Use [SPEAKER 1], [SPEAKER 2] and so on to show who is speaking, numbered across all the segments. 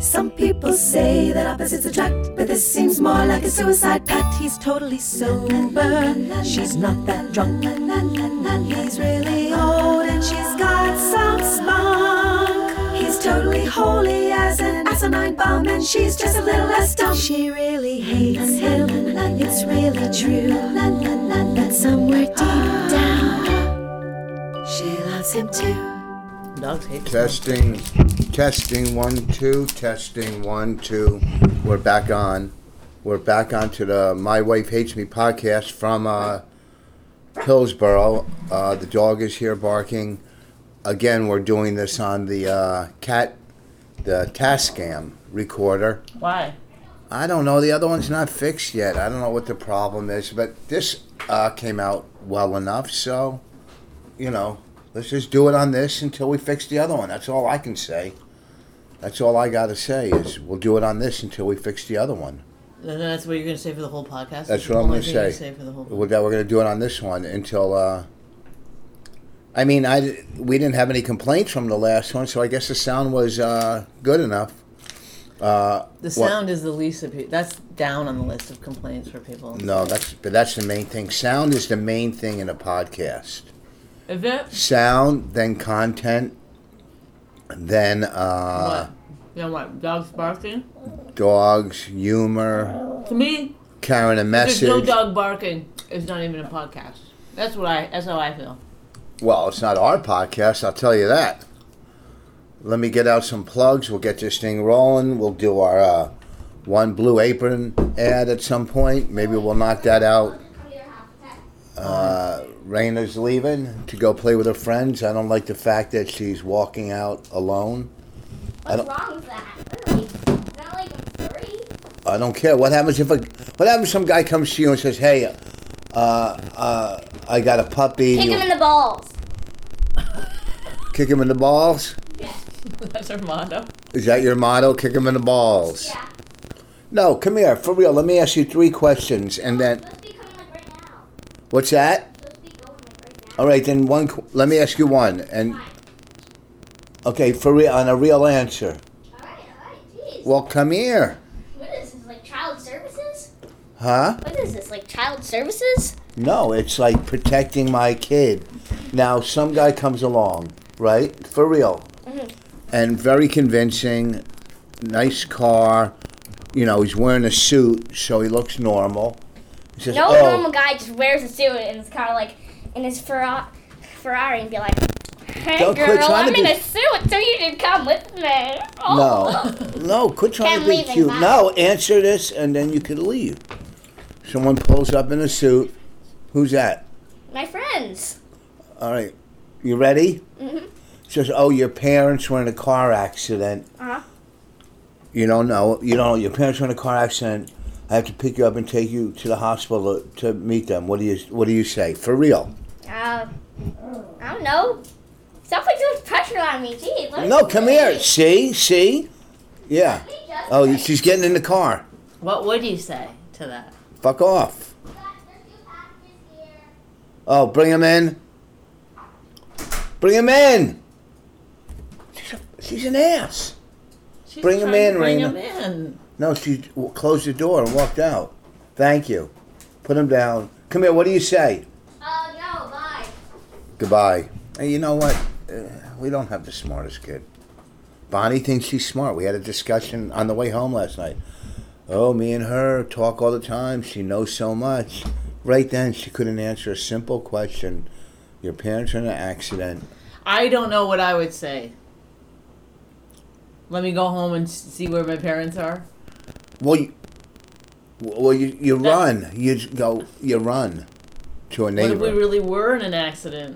[SPEAKER 1] Some people say that opposites attract, but this seems more like a suicide pact. He's totally sober, she's not that drunk. He's really old and she's got some spunk. He's totally holy as an asinine bomb, and she's just a little less dumb. She really hates him, it's really true. But somewhere deep down, she loves him too.
[SPEAKER 2] Dogs hate
[SPEAKER 3] Testing, testing one two, testing one two. We're back on. We're back on to the My Wife Hates Me podcast from uh, Hillsboro. Uh, the dog is here barking. Again, we're doing this on the uh, cat, the Tascam recorder.
[SPEAKER 2] Why?
[SPEAKER 3] I don't know. The other one's not fixed yet. I don't know what the problem is, but this uh, came out well enough. So, you know, let's just do it on this until we fix the other one. That's all I can say. That's all I got to say is we'll do it on this until we fix the other one.
[SPEAKER 2] Then that's what you're gonna say for the whole podcast.
[SPEAKER 3] That's what I'm
[SPEAKER 2] Only
[SPEAKER 3] going to
[SPEAKER 2] thing you
[SPEAKER 3] say.
[SPEAKER 2] for the whole.
[SPEAKER 3] We're, that we're going to do it on this one until. Uh, I mean, I we didn't have any complaints from the last one, so I guess the sound was uh, good enough. Uh,
[SPEAKER 2] The
[SPEAKER 3] what-
[SPEAKER 2] sound is the least of people. That's down on the list of complaints for people.
[SPEAKER 3] No, that's but that's the main thing. Sound is the main thing in a podcast.
[SPEAKER 2] Is it?
[SPEAKER 3] Sound, then content, then uh,
[SPEAKER 2] what? Then what? Dogs barking?
[SPEAKER 3] dogs, humor,
[SPEAKER 2] To me,
[SPEAKER 3] carrying a
[SPEAKER 2] there's no
[SPEAKER 3] message.
[SPEAKER 2] dog barking. It's not even a podcast. That's what I. That's how I feel.
[SPEAKER 3] well, it's not our podcast. I'll tell you that. Let me get out some plugs. We'll get this thing rolling. We'll do our uh, one blue apron ad at some point. Maybe we'll knock that out. Uh, Raina's leaving to go play with her friends. I don't like the fact that she's walking out alone. I don't-
[SPEAKER 4] What's wrong with that? Really? Is that like a furry?
[SPEAKER 3] I don't care. What happens if a what happens? If some guy comes to you and says, "Hey, uh, uh, I got a puppy."
[SPEAKER 4] Kick
[SPEAKER 3] You-
[SPEAKER 4] him in the balls.
[SPEAKER 3] kick him in the balls.
[SPEAKER 2] That's our motto.
[SPEAKER 3] Is that your motto? Kick him in the balls.
[SPEAKER 4] Yeah.
[SPEAKER 3] No, come here for real. Let me ask you three questions, and then
[SPEAKER 4] Supposed to be coming like right now.
[SPEAKER 3] what's that?
[SPEAKER 4] Supposed to be going like right now.
[SPEAKER 3] All right, then one. qu- Let me ask you one, and okay, for real, on a real answer.
[SPEAKER 4] Alright, alright, jeez.
[SPEAKER 3] Well, come here,
[SPEAKER 4] What is this? Like child services?
[SPEAKER 3] huh?
[SPEAKER 4] What is this? Like child services?
[SPEAKER 3] No, it's like protecting my kid. Now, some guy comes along, right? For real.
[SPEAKER 4] Mm-hmm.
[SPEAKER 3] And very convincing, nice car. You know, he's wearing a suit, so he looks normal. He says,
[SPEAKER 4] No
[SPEAKER 3] oh,
[SPEAKER 4] normal guy just wears a suit and is kind of like in his Ferra- Ferrari and be like, Hey
[SPEAKER 3] Don't quit
[SPEAKER 4] girl,
[SPEAKER 3] trying to
[SPEAKER 4] I'm in
[SPEAKER 3] be-
[SPEAKER 4] a suit, so you should come with me. Oh.
[SPEAKER 3] No, no, quit trying
[SPEAKER 4] I'm
[SPEAKER 3] to be
[SPEAKER 4] leaving,
[SPEAKER 3] cute.
[SPEAKER 4] bye.
[SPEAKER 3] No, answer this, and then you could leave. Someone pulls up in a suit. Who's that?
[SPEAKER 4] My friends.
[SPEAKER 3] All right, you ready? Mm-hmm. Says, oh, your parents were in a car accident.
[SPEAKER 4] Uh-huh.
[SPEAKER 3] you don't know you don't know your parents were in a car accident i have to pick you up and take you to the hospital to, to meet them what do you what do you say for real
[SPEAKER 4] Uh, I don't know. Stop putting so much pressure on me. Jeez. let me
[SPEAKER 3] no come here
[SPEAKER 4] breathe.
[SPEAKER 3] see see yeah oh you- she's getting in the car
[SPEAKER 2] What would you say to that?
[SPEAKER 3] fuck off oh bring him in bring him in she's, a, she's an ass
[SPEAKER 2] She's
[SPEAKER 3] Bring 'em
[SPEAKER 2] trying to
[SPEAKER 3] in,
[SPEAKER 2] Bring
[SPEAKER 3] Raina.
[SPEAKER 2] him in.
[SPEAKER 3] no she w- closed the door and walked out thank you put him down come here what do you say
[SPEAKER 4] Uh, no, bye.
[SPEAKER 3] Goodbye. Hey, you know what? Uh, we don't have the smartest kid. Bonnie thinks she's smart. We had a discussion on the way home last night. Oh, me and her talk all the time. She knows so much. Right then, she couldn't answer a simple question. Your parents are in an accident.
[SPEAKER 2] I don't know what I would say. Let me go home and s- see where my parents are.
[SPEAKER 3] Well, you, well, you, you run. You j- go. You run to a
[SPEAKER 2] What if
[SPEAKER 3] neighbor.
[SPEAKER 2] we really were in an accident?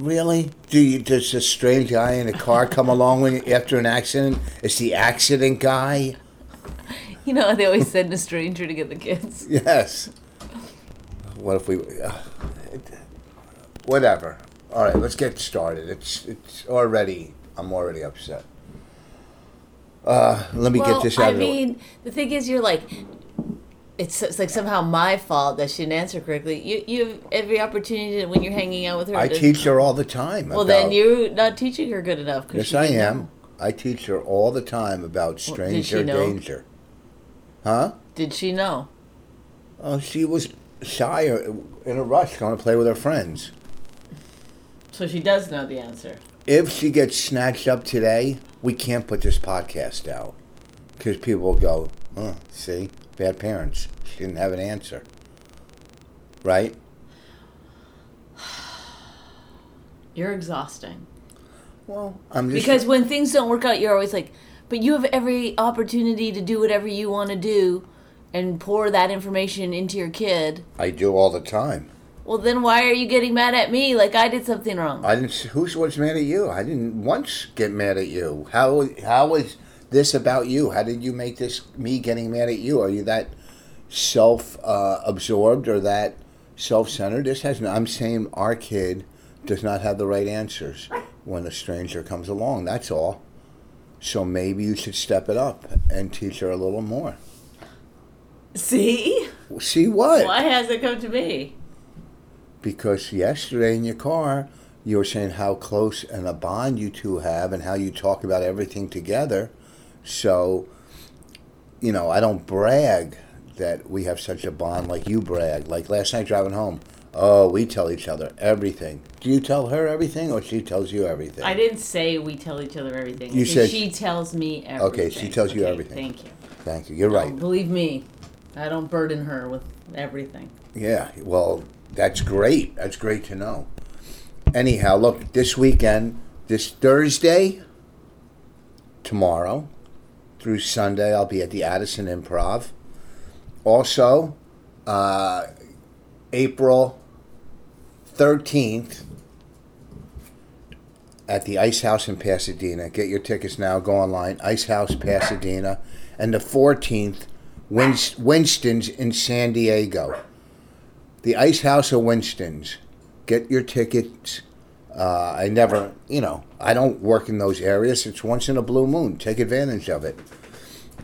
[SPEAKER 3] really? Do you? Does a strange guy in a car come along when you, after an accident? It's the accident guy.
[SPEAKER 2] You know, they always send a stranger to get the kids.
[SPEAKER 3] Yes. What if we? Uh, whatever. All right, let's get started. It's it's already. I'm already upset. Uh, let me
[SPEAKER 2] well,
[SPEAKER 3] get this
[SPEAKER 2] I
[SPEAKER 3] out. of the way.
[SPEAKER 2] mean, the thing is, you're like, it's, it's like somehow my fault that she didn't answer correctly. You you have every opportunity to, when you're hanging out with her.
[SPEAKER 3] I
[SPEAKER 2] to-
[SPEAKER 3] teach her all the time.
[SPEAKER 2] Well,
[SPEAKER 3] about,
[SPEAKER 2] then you're not teaching her good enough. 'cause
[SPEAKER 3] Yes,
[SPEAKER 2] she
[SPEAKER 3] I
[SPEAKER 2] didn't
[SPEAKER 3] am.
[SPEAKER 2] know.
[SPEAKER 3] I teach her all the time about
[SPEAKER 2] Well,
[SPEAKER 3] stranger
[SPEAKER 2] did she know?
[SPEAKER 3] danger. Huh?
[SPEAKER 2] Did she know?
[SPEAKER 3] Oh, she was shy or in a rush, going to play with her friends.
[SPEAKER 2] So she does know the answer.
[SPEAKER 3] If she gets snatched up today, we can't put this podcast out because people will go, "Huh? See, bad parents. She didn't have an answer." Right?
[SPEAKER 2] You're exhausting.
[SPEAKER 3] Well, I'm just
[SPEAKER 2] Because when things don't work out, you're always like, but you have every opportunity to do whatever you want to do and pour that information into your kid.
[SPEAKER 3] I do all the time.
[SPEAKER 2] Well, then why are you getting mad at me like I did something wrong?
[SPEAKER 3] I didn't. s- Who's what's mad at you? I didn't once get mad at you. How how is this about you? How did you make this me getting mad at you? Are you that self uh, absorbed or that self centered? This has. I'm saying our kid does not have the right answers when a stranger comes along. That's all. So maybe you should step it up and teach her a little more.
[SPEAKER 2] See?
[SPEAKER 3] See what?
[SPEAKER 2] Why has it come to me?
[SPEAKER 3] because yesterday in your car you were saying how close and a bond you two have and how you talk about everything together so you know i don't brag that we have such a bond like you brag like last night driving home oh we tell each other everything do you tell her everything or she tells you everything
[SPEAKER 2] I didn't say we tell each other everything. I
[SPEAKER 3] You
[SPEAKER 2] said
[SPEAKER 3] said-
[SPEAKER 2] she tells me everything.
[SPEAKER 3] Okay, she tells you
[SPEAKER 2] Okay,
[SPEAKER 3] everything.
[SPEAKER 2] Thank you.
[SPEAKER 3] thank you you're right
[SPEAKER 2] Believe me, I don't burden her with everything.
[SPEAKER 3] Yeah, well, that's great. That's great to know. Anyhow, look, this weekend, this Thursday, tomorrow through Sunday, I'll be at the Addison Improv. Also, uh, April 13th at the Ice House in Pasadena. Get your tickets now. Go online, Ice House Pasadena. And the 14th, Winst- Winston's in San Diego the Ice House of Winston's. Get your tickets. Uh, I never, you know, I don't work in those areas. It's once in a blue moon. Take advantage of it.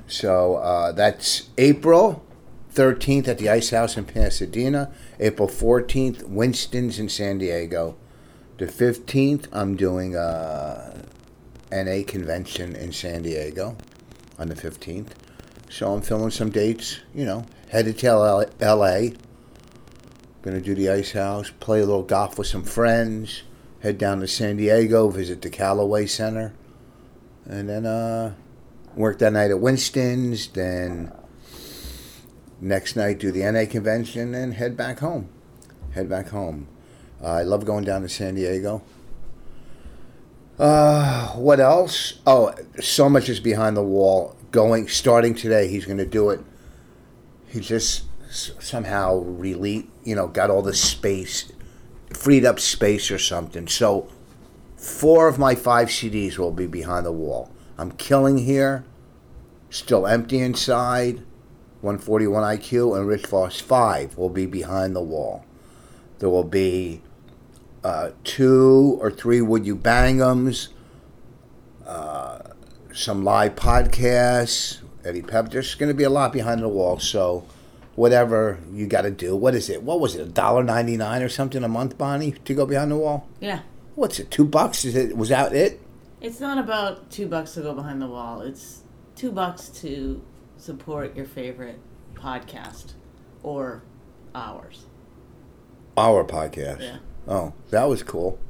[SPEAKER 3] So uh, that's April 13th at the Ice House in Pasadena, April 14th, Winston's in San Diego. The 15th, I'm doing uh, a NA convention in San Diego on the 15th. So I'm filling some dates, you know, headed to L- LA. Gonna do the ice house, play a little golf with some friends, head down to San Diego, visit the Callaway Center, and then uh, work that night at Winston's. Then next night do the NA convention and head back home. Head back home. Uh, I love going down to San Diego. Uh, what else? Oh, so much is behind the wall. Going starting today, he's gonna do it he just s- somehow rele you know, got all this space, freed up space or something. So, four of my five CDs will be behind the wall. I'm killing here, still empty inside. 141 IQ and Rich Voss 5 will be behind the wall. There will be uh, two or three Would You Bangums, uh, some live podcasts, Eddie Pep. There's going to be a lot behind the wall. So, whatever you got to do, what is it? What was it? $1.99 or something a month, Bonnie, to go behind the wall?
[SPEAKER 2] Yeah.
[SPEAKER 3] What's it? Two bucks? Is it? Was that it?
[SPEAKER 2] It's not about two bucks to go behind the wall. It's two bucks to support your favorite podcast or ours.
[SPEAKER 3] Our podcast.
[SPEAKER 2] Yeah.
[SPEAKER 3] Oh, that was cool.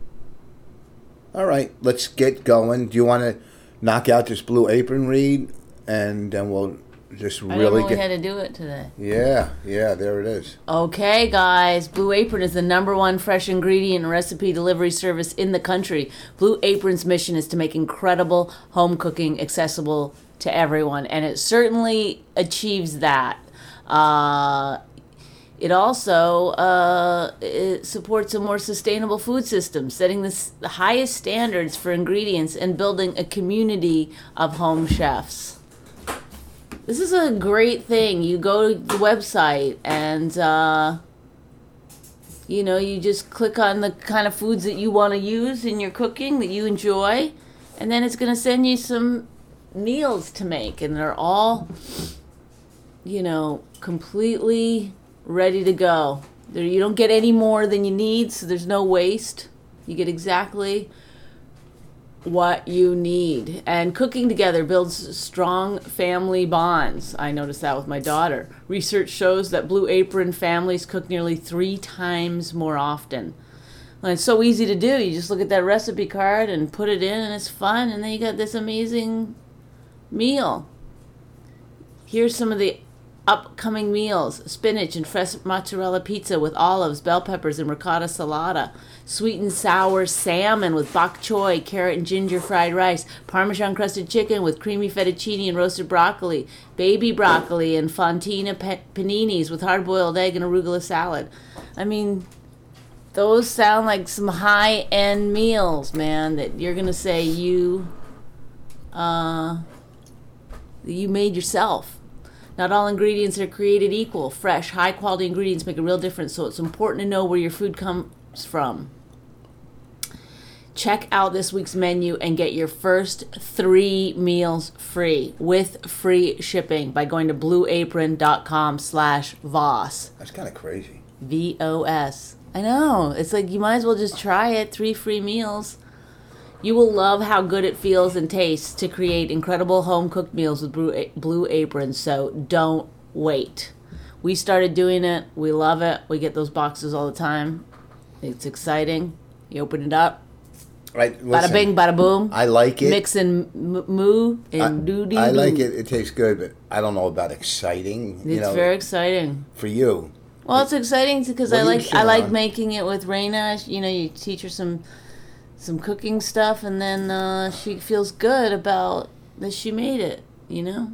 [SPEAKER 3] All right, let's get going. Do you want to knock out this blue apron read, and then we'll just
[SPEAKER 2] I
[SPEAKER 3] really
[SPEAKER 2] don't
[SPEAKER 3] get?
[SPEAKER 2] know how to do it today.
[SPEAKER 3] yeah, yeah. There it is.
[SPEAKER 2] Okay, guys. Blue Apron is the number one fresh ingredient and recipe delivery service in the country. Blue Apron's mission is to make incredible home cooking accessible to everyone, and it certainly achieves that. Uh, it also uh, it supports a more sustainable food system, setting the, s- the highest standards for ingredients and building a community of home chefs. This is a great thing. You go to the website and uh, You know, you just click on the kind of foods that you want to use in your cooking that you enjoy, and then it's going to send you some meals to make, and they're all, you know, completely ready to go. There, you don't get any more than you need, so there's no waste. You get exactly what you need. And cooking together builds strong family bonds. I noticed that with my daughter. Research shows that blue apron families cook nearly three times more often. And it's so easy to do. You just look at that recipe card and put it in, and it's fun. And then you got this amazing meal. Here's some of the upcoming meals spinach and fresh mozzarella pizza with olives, bell peppers, and ricotta salata, sweet and sour salmon with bok choy, carrot and ginger fried rice, parmesan crusted chicken with creamy fettuccine and roasted broccoli, baby broccoli and fontina pa- paninis with hard boiled egg and arugula salad. I mean, those sound like some high end meals, man, that you're going to say you. Uh, that you made yourself. Not all ingredients are created equal. Fresh, high quality ingredients make a real difference, so it's important to know where your food comes from. Check out this week's menu and get your first three meals free with free shipping by going to blueapron.com slash VOS.
[SPEAKER 3] That's kind of crazy.
[SPEAKER 2] V-O-S. I know. It's like you might as well just try it. Three free meals. You will love how good it feels and tastes to create incredible home cooked meals with Blue, A- Blue Apron, so don't wait. We started doing it. We love it. We get those boxes all the time. It's exciting. You open it up,
[SPEAKER 3] Right?
[SPEAKER 2] bada
[SPEAKER 3] listen,
[SPEAKER 2] bing, bada boom.
[SPEAKER 3] I like it.
[SPEAKER 2] Mix and m- moo and doo doo.
[SPEAKER 3] I like
[SPEAKER 2] doo.
[SPEAKER 3] it. It tastes good, but I don't know about exciting.
[SPEAKER 2] It's
[SPEAKER 3] you know,
[SPEAKER 2] very exciting.
[SPEAKER 3] for you.
[SPEAKER 2] Well, it's exciting because
[SPEAKER 3] What
[SPEAKER 2] I
[SPEAKER 3] do you
[SPEAKER 2] like
[SPEAKER 3] share
[SPEAKER 2] I like
[SPEAKER 3] on?
[SPEAKER 2] making it with Raina. You know, you teach her some some cooking stuff, and then uh, she feels good about that she made it. You know,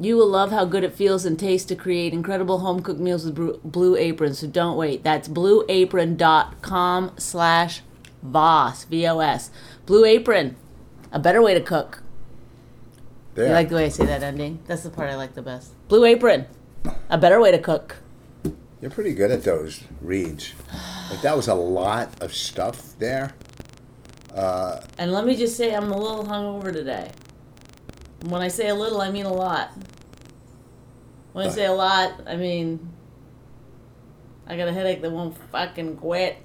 [SPEAKER 2] you will love how good it feels and tastes to create incredible home cooked meals with Bru- Blue Apron. So don't wait. That's blueapron.com/slash vos v o s. Blue Apron, a better way to cook.
[SPEAKER 3] There.
[SPEAKER 2] You like the way I say that ending? That's the part I like the best. Blue Apron, a better way to cook.
[SPEAKER 3] You're pretty good at those reads. Like that was a lot of stuff there.
[SPEAKER 2] And let me just say, I'm a little hungover today. When I say a little, I mean a lot. When I say a lot, I mean I got a headache that won't fucking quit.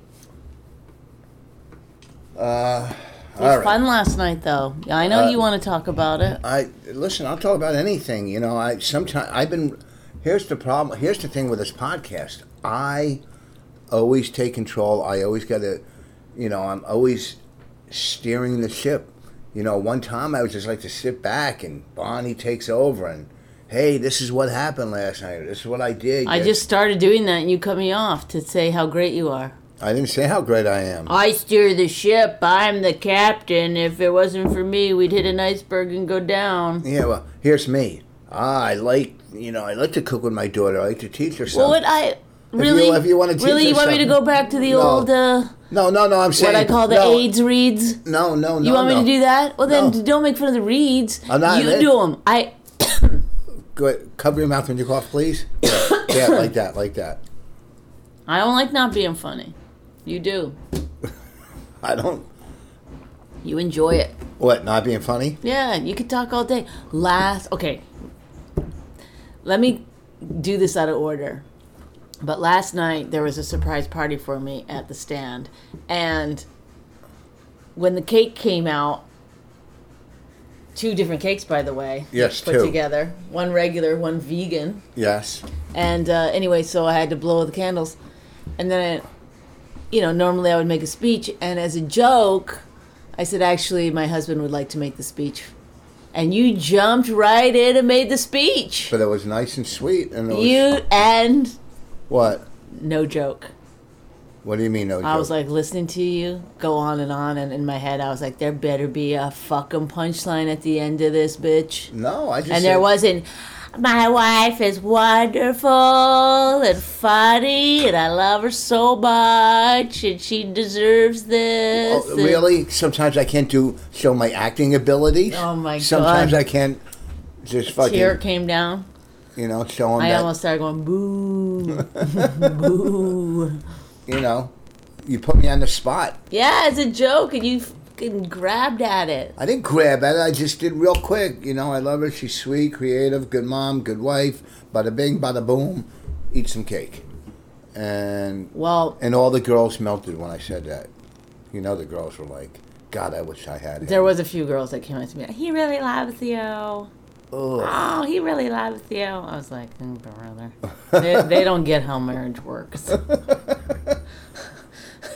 [SPEAKER 3] Uh,
[SPEAKER 2] It was
[SPEAKER 3] all right.
[SPEAKER 2] fun last night, though. Yeah, I know
[SPEAKER 3] Uh,
[SPEAKER 2] you want to talk about it.
[SPEAKER 3] I listen. I'll talk about anything. You know, I sometimes I've been. Here's the problem. Here's the thing with this podcast. I always take control. I always got to, you know, I'm always steering the ship. You know, one time I was just like to sit back and Bonnie takes over and, hey, this is what happened last night. This is what I did.
[SPEAKER 2] I just started doing that, and you cut me off to say how great you are.
[SPEAKER 3] I didn't say how great I am.
[SPEAKER 2] I steer the ship. I'm the captain. If it wasn't for me, we'd hit an iceberg and go down.
[SPEAKER 3] Yeah, well, here's me. Ah, I like, you know, I like to cook with my daughter. I like to teach her
[SPEAKER 2] Well,
[SPEAKER 3] something.
[SPEAKER 2] what I really,
[SPEAKER 3] if you wanna teach
[SPEAKER 2] really,
[SPEAKER 3] her
[SPEAKER 2] you want me to
[SPEAKER 3] something-
[SPEAKER 2] go back to the
[SPEAKER 3] No.
[SPEAKER 2] old uh,
[SPEAKER 3] no, no, no. I'm saying
[SPEAKER 2] what I call the
[SPEAKER 3] no,
[SPEAKER 2] AIDS reads?
[SPEAKER 3] No, no, no.
[SPEAKER 2] You want me
[SPEAKER 3] no.
[SPEAKER 2] to do that? Well, then
[SPEAKER 3] No.
[SPEAKER 2] don't make fun of the reeds.
[SPEAKER 3] I'm not-
[SPEAKER 2] you
[SPEAKER 3] it-
[SPEAKER 2] do them. I
[SPEAKER 3] Go ahead. Cover your mouth when you cough, please. yeah, like that, like that.
[SPEAKER 2] I don't like not being funny. You do.
[SPEAKER 3] I don't.
[SPEAKER 2] You enjoy it.
[SPEAKER 3] What? Not being funny?
[SPEAKER 2] Yeah, you could talk all day. Last, okay. Let me do this out of order. But last night there was a surprise party for me at the stand, and when the cake came out, two different cakes, by the way,
[SPEAKER 3] Yes,
[SPEAKER 2] put
[SPEAKER 3] two.
[SPEAKER 2] together, one regular, one vegan.
[SPEAKER 3] Yes.
[SPEAKER 2] And uh, anyway, so I had to blow the candles. And then, I, you know, normally I would make a speech. And as a joke, I said, actually, my husband would like to make the speech. And you jumped right in and made the speech.
[SPEAKER 3] But it was nice and sweet. And it was,
[SPEAKER 2] You and
[SPEAKER 3] What?
[SPEAKER 2] no joke.
[SPEAKER 3] What do you mean? No.
[SPEAKER 2] I was like listening to you go on and on. And in my head, I was like, there better be a fucking punchline at the end of this, bitch.
[SPEAKER 3] No, I just.
[SPEAKER 2] and there
[SPEAKER 3] said-
[SPEAKER 2] wasn't my wife is wonderful and funny and i love her so much and she deserves this
[SPEAKER 3] Oh,
[SPEAKER 2] and-
[SPEAKER 3] really? Sometimes I can't do show my acting abilities.
[SPEAKER 2] Oh, my
[SPEAKER 3] Sometimes
[SPEAKER 2] God.
[SPEAKER 3] I can't just fucking.
[SPEAKER 2] tear came down
[SPEAKER 3] You know, show them
[SPEAKER 2] I
[SPEAKER 3] that.
[SPEAKER 2] almost started going boo, boo.
[SPEAKER 3] you know, you put me on the spot.
[SPEAKER 2] Yeah, it's a joke, and you fucking grabbed at it.
[SPEAKER 3] I didn't grab at it. I just did real quick. You know, I love her. She's sweet, creative, good mom, good wife. Bada bing, bada boom. Eat some cake. And
[SPEAKER 2] Well,
[SPEAKER 3] and all the girls melted when I said that. You know, the girls were like, "God, I wish I had." Him.
[SPEAKER 2] there was a few girls that came up to me. He really loves you. Oh, he really loves you. I was like, mm, brother, they, they don't get how marriage works.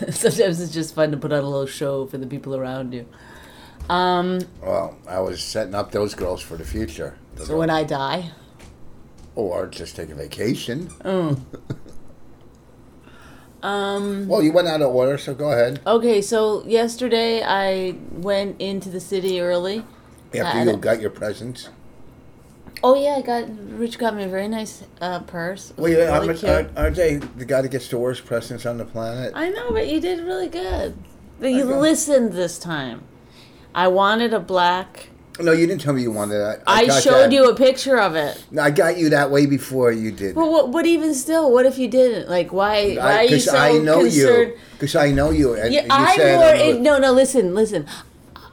[SPEAKER 2] Sometimes it's just fun to put on a little show for the people around you. Um,
[SPEAKER 3] Well, I was setting up those girls for the future,
[SPEAKER 2] so when I die,
[SPEAKER 3] or just take a vacation.
[SPEAKER 2] Mm. um,
[SPEAKER 3] Well, you went out of order, so go ahead.
[SPEAKER 2] okay. So yesterday I went into the city early.
[SPEAKER 3] After
[SPEAKER 2] Uh, I
[SPEAKER 3] you
[SPEAKER 2] don't-
[SPEAKER 3] got your presents.
[SPEAKER 2] Oh yeah, I got Rich got me a very nice uh, purse. It was
[SPEAKER 3] Well, yeah, uh,
[SPEAKER 2] really
[SPEAKER 3] aren't,
[SPEAKER 2] cute.
[SPEAKER 3] aren't, aren't they the guy that gets the worst presents on the planet?
[SPEAKER 2] I know, but you did really good. But you listened this time. I wanted a black.
[SPEAKER 3] no, you didn't tell me you wanted that.
[SPEAKER 2] I,
[SPEAKER 3] got that.
[SPEAKER 2] showed you a picture of it.
[SPEAKER 3] No, I got you that way before you did.
[SPEAKER 2] But what? But even still, what if you didn't? Like, why? Why are
[SPEAKER 3] I,
[SPEAKER 2] you
[SPEAKER 3] 'cause
[SPEAKER 2] so
[SPEAKER 3] I know
[SPEAKER 2] concerned?
[SPEAKER 3] you. Because I know you. And
[SPEAKER 2] Yeah,
[SPEAKER 3] you
[SPEAKER 2] I'm
[SPEAKER 3] said,
[SPEAKER 2] more.
[SPEAKER 3] I'm
[SPEAKER 2] in- no, no. Listen, listen.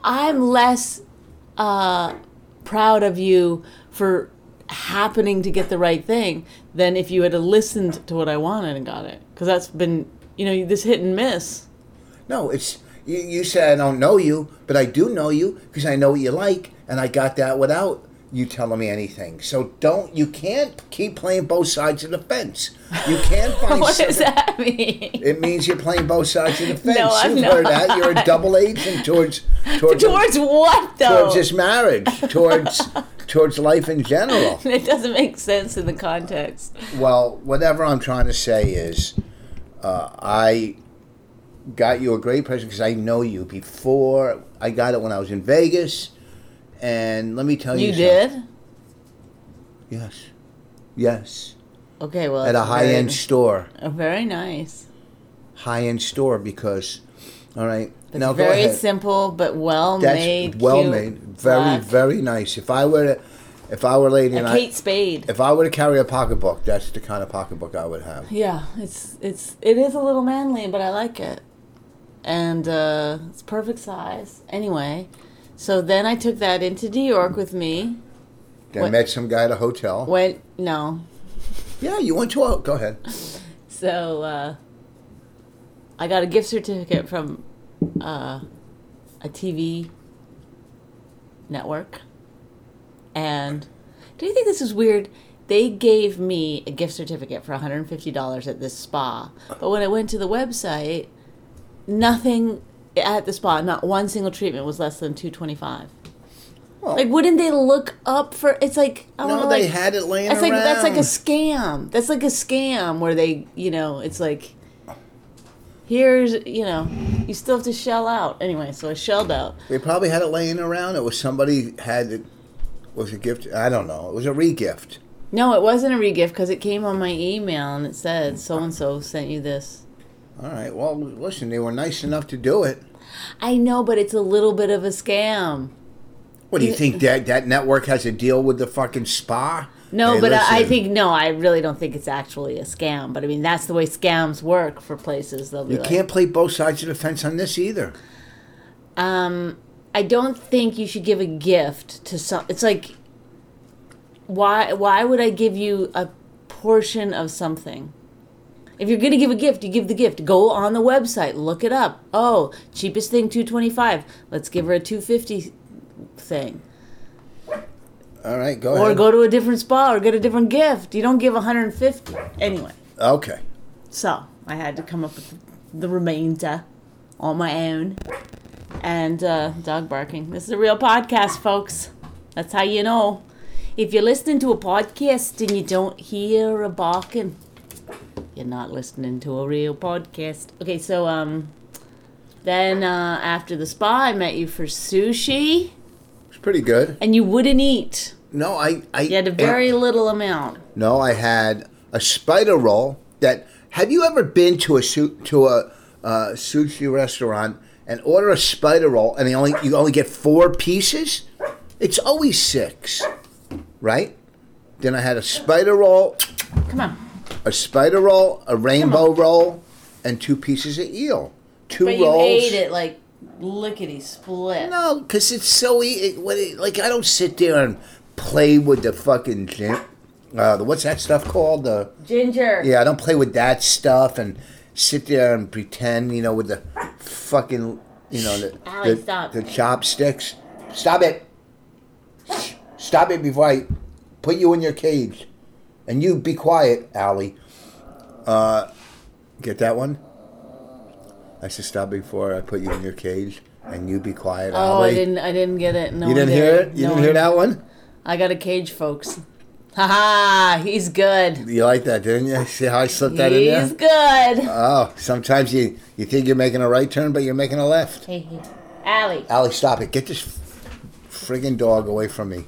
[SPEAKER 2] I'm less uh, proud of you for happening to get the right thing than if you had listened to what I wanted and got it. Because that's been, you know, this hit and miss.
[SPEAKER 3] No, it's you, you say I don't know you, but I do know you because I know what you like, and I got that without you telling me anything. So don't you can't keep playing both sides of the fence. You can't find.
[SPEAKER 2] What does
[SPEAKER 3] something-
[SPEAKER 2] that mean?
[SPEAKER 3] It means you're playing both sides of the fence.
[SPEAKER 2] No, I'm
[SPEAKER 3] You've heard that. You're a double agent towards towards
[SPEAKER 2] Towards what though?
[SPEAKER 3] towards this marriage, towards towards life in general.
[SPEAKER 2] it doesn't make sense in the context.
[SPEAKER 3] Well, whatever I'm trying to say is, uh, I got you a great present because I know you before. I got it when I was in Vegas, and let me tell you,
[SPEAKER 2] You
[SPEAKER 3] something.
[SPEAKER 2] did?
[SPEAKER 3] Yes, yes,
[SPEAKER 2] Okay, well
[SPEAKER 3] at a
[SPEAKER 2] that's very-
[SPEAKER 3] high end store,
[SPEAKER 2] uh, Very nice.
[SPEAKER 3] high end store because, all right,
[SPEAKER 2] That's
[SPEAKER 3] now go
[SPEAKER 2] very
[SPEAKER 3] ahead.
[SPEAKER 2] simple but well
[SPEAKER 3] That's
[SPEAKER 2] made.
[SPEAKER 3] well
[SPEAKER 2] cute,
[SPEAKER 3] made, very
[SPEAKER 2] black.
[SPEAKER 3] very nice. If I were, to, if I were a lady,
[SPEAKER 2] A
[SPEAKER 3] and
[SPEAKER 2] Kate
[SPEAKER 3] I,
[SPEAKER 2] Spade.
[SPEAKER 3] if I were to carry a pocketbook, that's the kind of pocketbook I would have.
[SPEAKER 2] Yeah, it's it's it is a little manly, but I like it, and uh, it's perfect size. Anyway, so then I took that into New York with me.
[SPEAKER 3] Then
[SPEAKER 2] What-
[SPEAKER 3] met some guy at a hotel.
[SPEAKER 2] Went no,
[SPEAKER 3] Yeah, you went to a. Go ahead.
[SPEAKER 2] So uh, I got a gift certificate from uh, a TV network. And do you think this is weird? They gave me a gift certificate for $150 at this spa. But when I went to the website, nothing at the spa, not one single treatment was less than 225.
[SPEAKER 3] Well-
[SPEAKER 2] like wouldn't they look up for it's like I don't
[SPEAKER 3] No,
[SPEAKER 2] know,
[SPEAKER 3] they
[SPEAKER 2] Oh, like-
[SPEAKER 3] had it laying
[SPEAKER 2] that's like that's like a
[SPEAKER 3] around.
[SPEAKER 2] scam. That's like a scam where they, you know, it's like here's, you know, you still have to shell out. Anyway, so I shelled out.
[SPEAKER 3] They probably had it laying around. It was somebody had it was a gift. I don't know. It was a regift.
[SPEAKER 2] No, it wasn't a regift because it came on my email and it said so and so sent you this.
[SPEAKER 3] All right. Well, listen, they were nice enough to do it.
[SPEAKER 2] I know, but it's a little bit of a scam.
[SPEAKER 3] What do you think that that network has a deal with the fucking spa?
[SPEAKER 2] No,
[SPEAKER 3] Hey,
[SPEAKER 2] but I, I
[SPEAKER 3] listen,
[SPEAKER 2] think no, I really don't think it's actually a scam. But I mean, that's the way scams work for places. They'll be
[SPEAKER 3] you
[SPEAKER 2] like,
[SPEAKER 3] can't play both sides of the fence on this either.
[SPEAKER 2] um, I don't think you should give a gift to some. It's like, why why would I give you a portion of something? If you're gonna give a gift, you give the gift. Go on the website, look it up. Oh, cheapest thing two twenty five. Let's give her a two fifty thing,
[SPEAKER 3] All right, go
[SPEAKER 2] or
[SPEAKER 3] ahead.
[SPEAKER 2] go to a different spa, or get a different gift. You don't give one hundred and fifty anyway.
[SPEAKER 3] okay.
[SPEAKER 2] So I had to come up with the remainder on my own. And uh, dog barking. This is a real podcast, folks. That's how you know. If you're listening to a podcast and you don't hear a barking, you're not listening to a real podcast. Okay, so um, then uh, after the spa, I met you for sushi,
[SPEAKER 3] It's pretty good.
[SPEAKER 2] and you wouldn't eat.
[SPEAKER 3] No, I I
[SPEAKER 2] You had a very little amount.
[SPEAKER 3] No, I had a spider roll. That have you ever been to a su- to a uh, sushi restaurant and order a spider roll and they only you only get four pieces? It's always six, right? Then I had a spider roll,
[SPEAKER 2] Come on.
[SPEAKER 3] a spider roll, a rainbow roll, and two pieces of eel. Two
[SPEAKER 2] But you
[SPEAKER 3] rolls.
[SPEAKER 2] ate it like lickety split.
[SPEAKER 3] No, because it's so e- it, what it- like I don't sit there and play with the fucking gin. Uh, the, what's that stuff called? The
[SPEAKER 2] Ginger.
[SPEAKER 3] yeah, I don't play with that stuff and sit there and pretend, you know, with the fucking, you know, the
[SPEAKER 2] Ally,
[SPEAKER 3] the,
[SPEAKER 2] stop.
[SPEAKER 3] the chopsticks. Stop it! Stop it before I put you in your cage, and you be quiet, Allie. Uh, get that one. I said stop before I put you in your cage, and you be quiet,
[SPEAKER 2] Oh,
[SPEAKER 3] Allie.
[SPEAKER 2] I didn't. I didn't get it. No
[SPEAKER 3] you
[SPEAKER 2] one
[SPEAKER 3] didn't
[SPEAKER 2] did.
[SPEAKER 3] hear it. You
[SPEAKER 2] No
[SPEAKER 3] didn't
[SPEAKER 2] one-
[SPEAKER 3] hear that one.
[SPEAKER 2] I got a cage, folks. Ha ha! He's good.
[SPEAKER 3] You like that, didn't you? See how I slipped that in there.
[SPEAKER 2] He's good.
[SPEAKER 3] Oh, sometimes you, you think you're making a right turn, but you're making a left.
[SPEAKER 2] Hey, hey, Allie.
[SPEAKER 3] Allie, stop it. Get this friggin' dog away from me.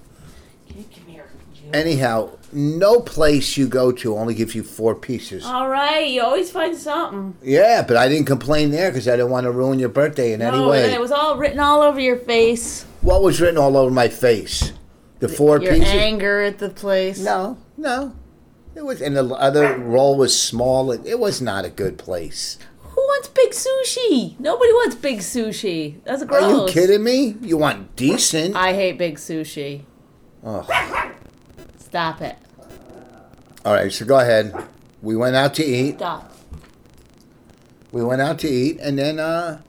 [SPEAKER 2] Can you come here?
[SPEAKER 3] Anyhow, no place you go to only gives you four pieces.
[SPEAKER 2] All right, you always find something.
[SPEAKER 3] Yeah, but I didn't complain there because I didn't want to ruin your birthday in any
[SPEAKER 2] No, Oh, and
[SPEAKER 3] way.
[SPEAKER 2] it was all written all over your face.
[SPEAKER 3] what was written all over my face? The four
[SPEAKER 2] Your
[SPEAKER 3] pieces?
[SPEAKER 2] anger at the place.
[SPEAKER 3] No, no. It was, and the other roll was small. It, it was not a good place.
[SPEAKER 2] Who wants big sushi? Nobody wants big sushi. That's gross.
[SPEAKER 3] Are you kidding me? You want decent?
[SPEAKER 2] Oh. I hate big sushi. Stop it.
[SPEAKER 3] All right, so go ahead. We went out to eat.
[SPEAKER 2] Stop.
[SPEAKER 3] We went out to eat, and then uh,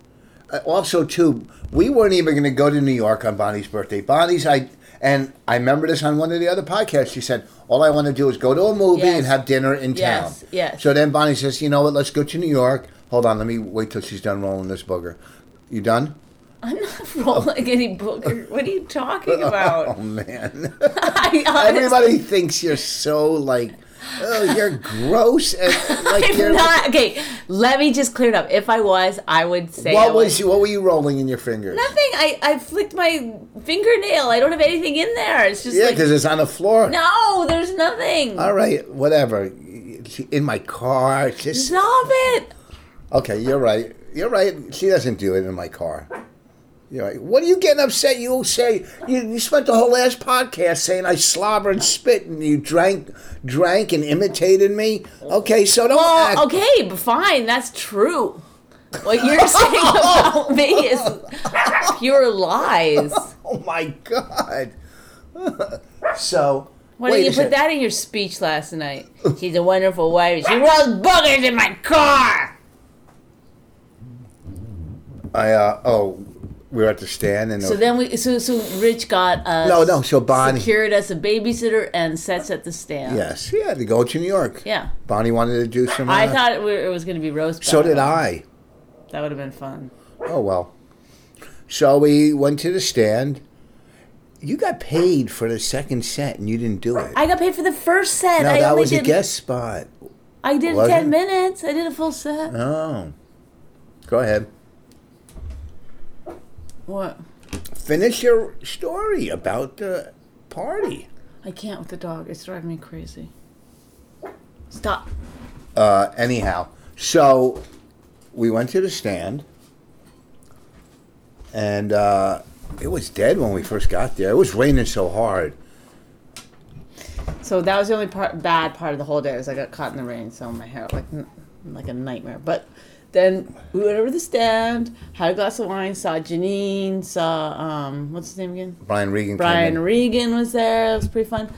[SPEAKER 3] uh, also too, we weren't even going to go to New York on Bonnie's birthday. Bonnie's, I and I remember this on one of the other podcasts. She said, "All I want to do is go to a movie
[SPEAKER 2] Yes.
[SPEAKER 3] and have dinner in
[SPEAKER 2] Yes,
[SPEAKER 3] town."
[SPEAKER 2] yes.
[SPEAKER 3] So then Bonnie says, "You know what? Let's go to New York." Hold on, let me wait till she's done rolling this booger. You done?
[SPEAKER 2] I'm not rolling any booger. What are you talking about?
[SPEAKER 3] Oh man,
[SPEAKER 2] I honestly,
[SPEAKER 3] everybody thinks you're so like, oh, you're gross and like you're.
[SPEAKER 2] I'm not. Okay, let me just clear it up. If I was, I would say. I
[SPEAKER 3] what was you? What were you rolling in your fingers?
[SPEAKER 2] Nothing. I, I flicked my fingernail. I don't have anything in there. It's just
[SPEAKER 3] Yeah,
[SPEAKER 2] like.
[SPEAKER 3] because it's on the floor.
[SPEAKER 2] No, there's nothing.
[SPEAKER 3] All right, whatever. In my car, just
[SPEAKER 2] Stop it.
[SPEAKER 3] okay. You're right. You're right. She doesn't do it in my car. You're right. What are you getting upset? You say you, you spent the whole last podcast saying I slobber and spit, and you drank, drank and imitated me. Okay, so don't act.
[SPEAKER 2] Well, Oh, okay, but fine. That's true. What you're saying about me is pure lies.
[SPEAKER 3] Oh my god. so
[SPEAKER 2] Why
[SPEAKER 3] wait
[SPEAKER 2] didn't you
[SPEAKER 3] a sec-
[SPEAKER 2] put that in your speech last night? She's a wonderful wife. She rolls boogers in my car.
[SPEAKER 3] I uh, oh, we were at the stand and
[SPEAKER 2] So then we, so so Rich got us.
[SPEAKER 3] no, no. So Bonnie,
[SPEAKER 2] secured us a babysitter and sets at the stand.
[SPEAKER 3] yes, yeah, to go to New York.
[SPEAKER 2] Yeah.
[SPEAKER 3] Bonnie wanted to do some.
[SPEAKER 2] I
[SPEAKER 3] uh,
[SPEAKER 2] thought it, were, it was going to be roast.
[SPEAKER 3] So
[SPEAKER 2] battle.
[SPEAKER 3] did I.
[SPEAKER 2] That would have been fun.
[SPEAKER 3] Oh well. So we went to the stand. You got paid for the second set and you didn't do it.
[SPEAKER 2] I got paid for the first set.
[SPEAKER 3] no,
[SPEAKER 2] I
[SPEAKER 3] that
[SPEAKER 2] only
[SPEAKER 3] was
[SPEAKER 2] did,
[SPEAKER 3] a guest spot.
[SPEAKER 2] I did
[SPEAKER 3] Was it?
[SPEAKER 2] ten minutes. I did a full set.
[SPEAKER 3] Oh. Go ahead.
[SPEAKER 2] What?
[SPEAKER 3] Finish your story about the party.
[SPEAKER 2] I can't with the dog. It's driving me crazy. Stop.
[SPEAKER 3] Uh, anyhow, so we went to the stand and uh, it was dead when we first got there. It was raining so hard.
[SPEAKER 2] So that was the only part bad part of the whole day was I got caught in the rain, so my hair like n- like a nightmare. But then we went over to the stand, had a glass of wine, saw Janine, saw um what's his name again?
[SPEAKER 3] Brian Regan. came
[SPEAKER 2] Brian
[SPEAKER 3] in.
[SPEAKER 2] Regan was there. It was pretty fun.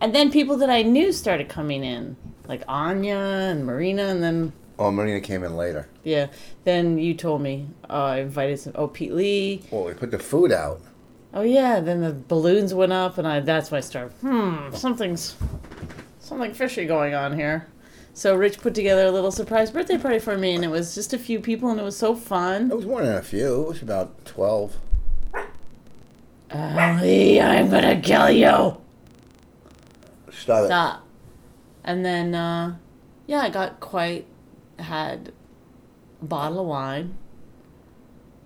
[SPEAKER 2] And then people that I knew started coming in, like Anya and Marina, and then
[SPEAKER 3] Oh, Marina came in later.
[SPEAKER 2] yeah, then you told me uh, I invited some. Oh, Pete Lee.
[SPEAKER 3] Well, we put the food out.
[SPEAKER 2] Oh yeah, then the balloons went up, and I that's when I started. Hmm, something's something fishy going on here. So Rich put together a little surprise birthday party for me, and it was just a few people, and it was so
[SPEAKER 3] It
[SPEAKER 2] fun.
[SPEAKER 3] was more than a few. It was about twelve.
[SPEAKER 2] Allie, I'm gonna kill you.
[SPEAKER 3] Stop. it.
[SPEAKER 2] Stop. And then, uh, yeah, I got quite had a bottle of wine.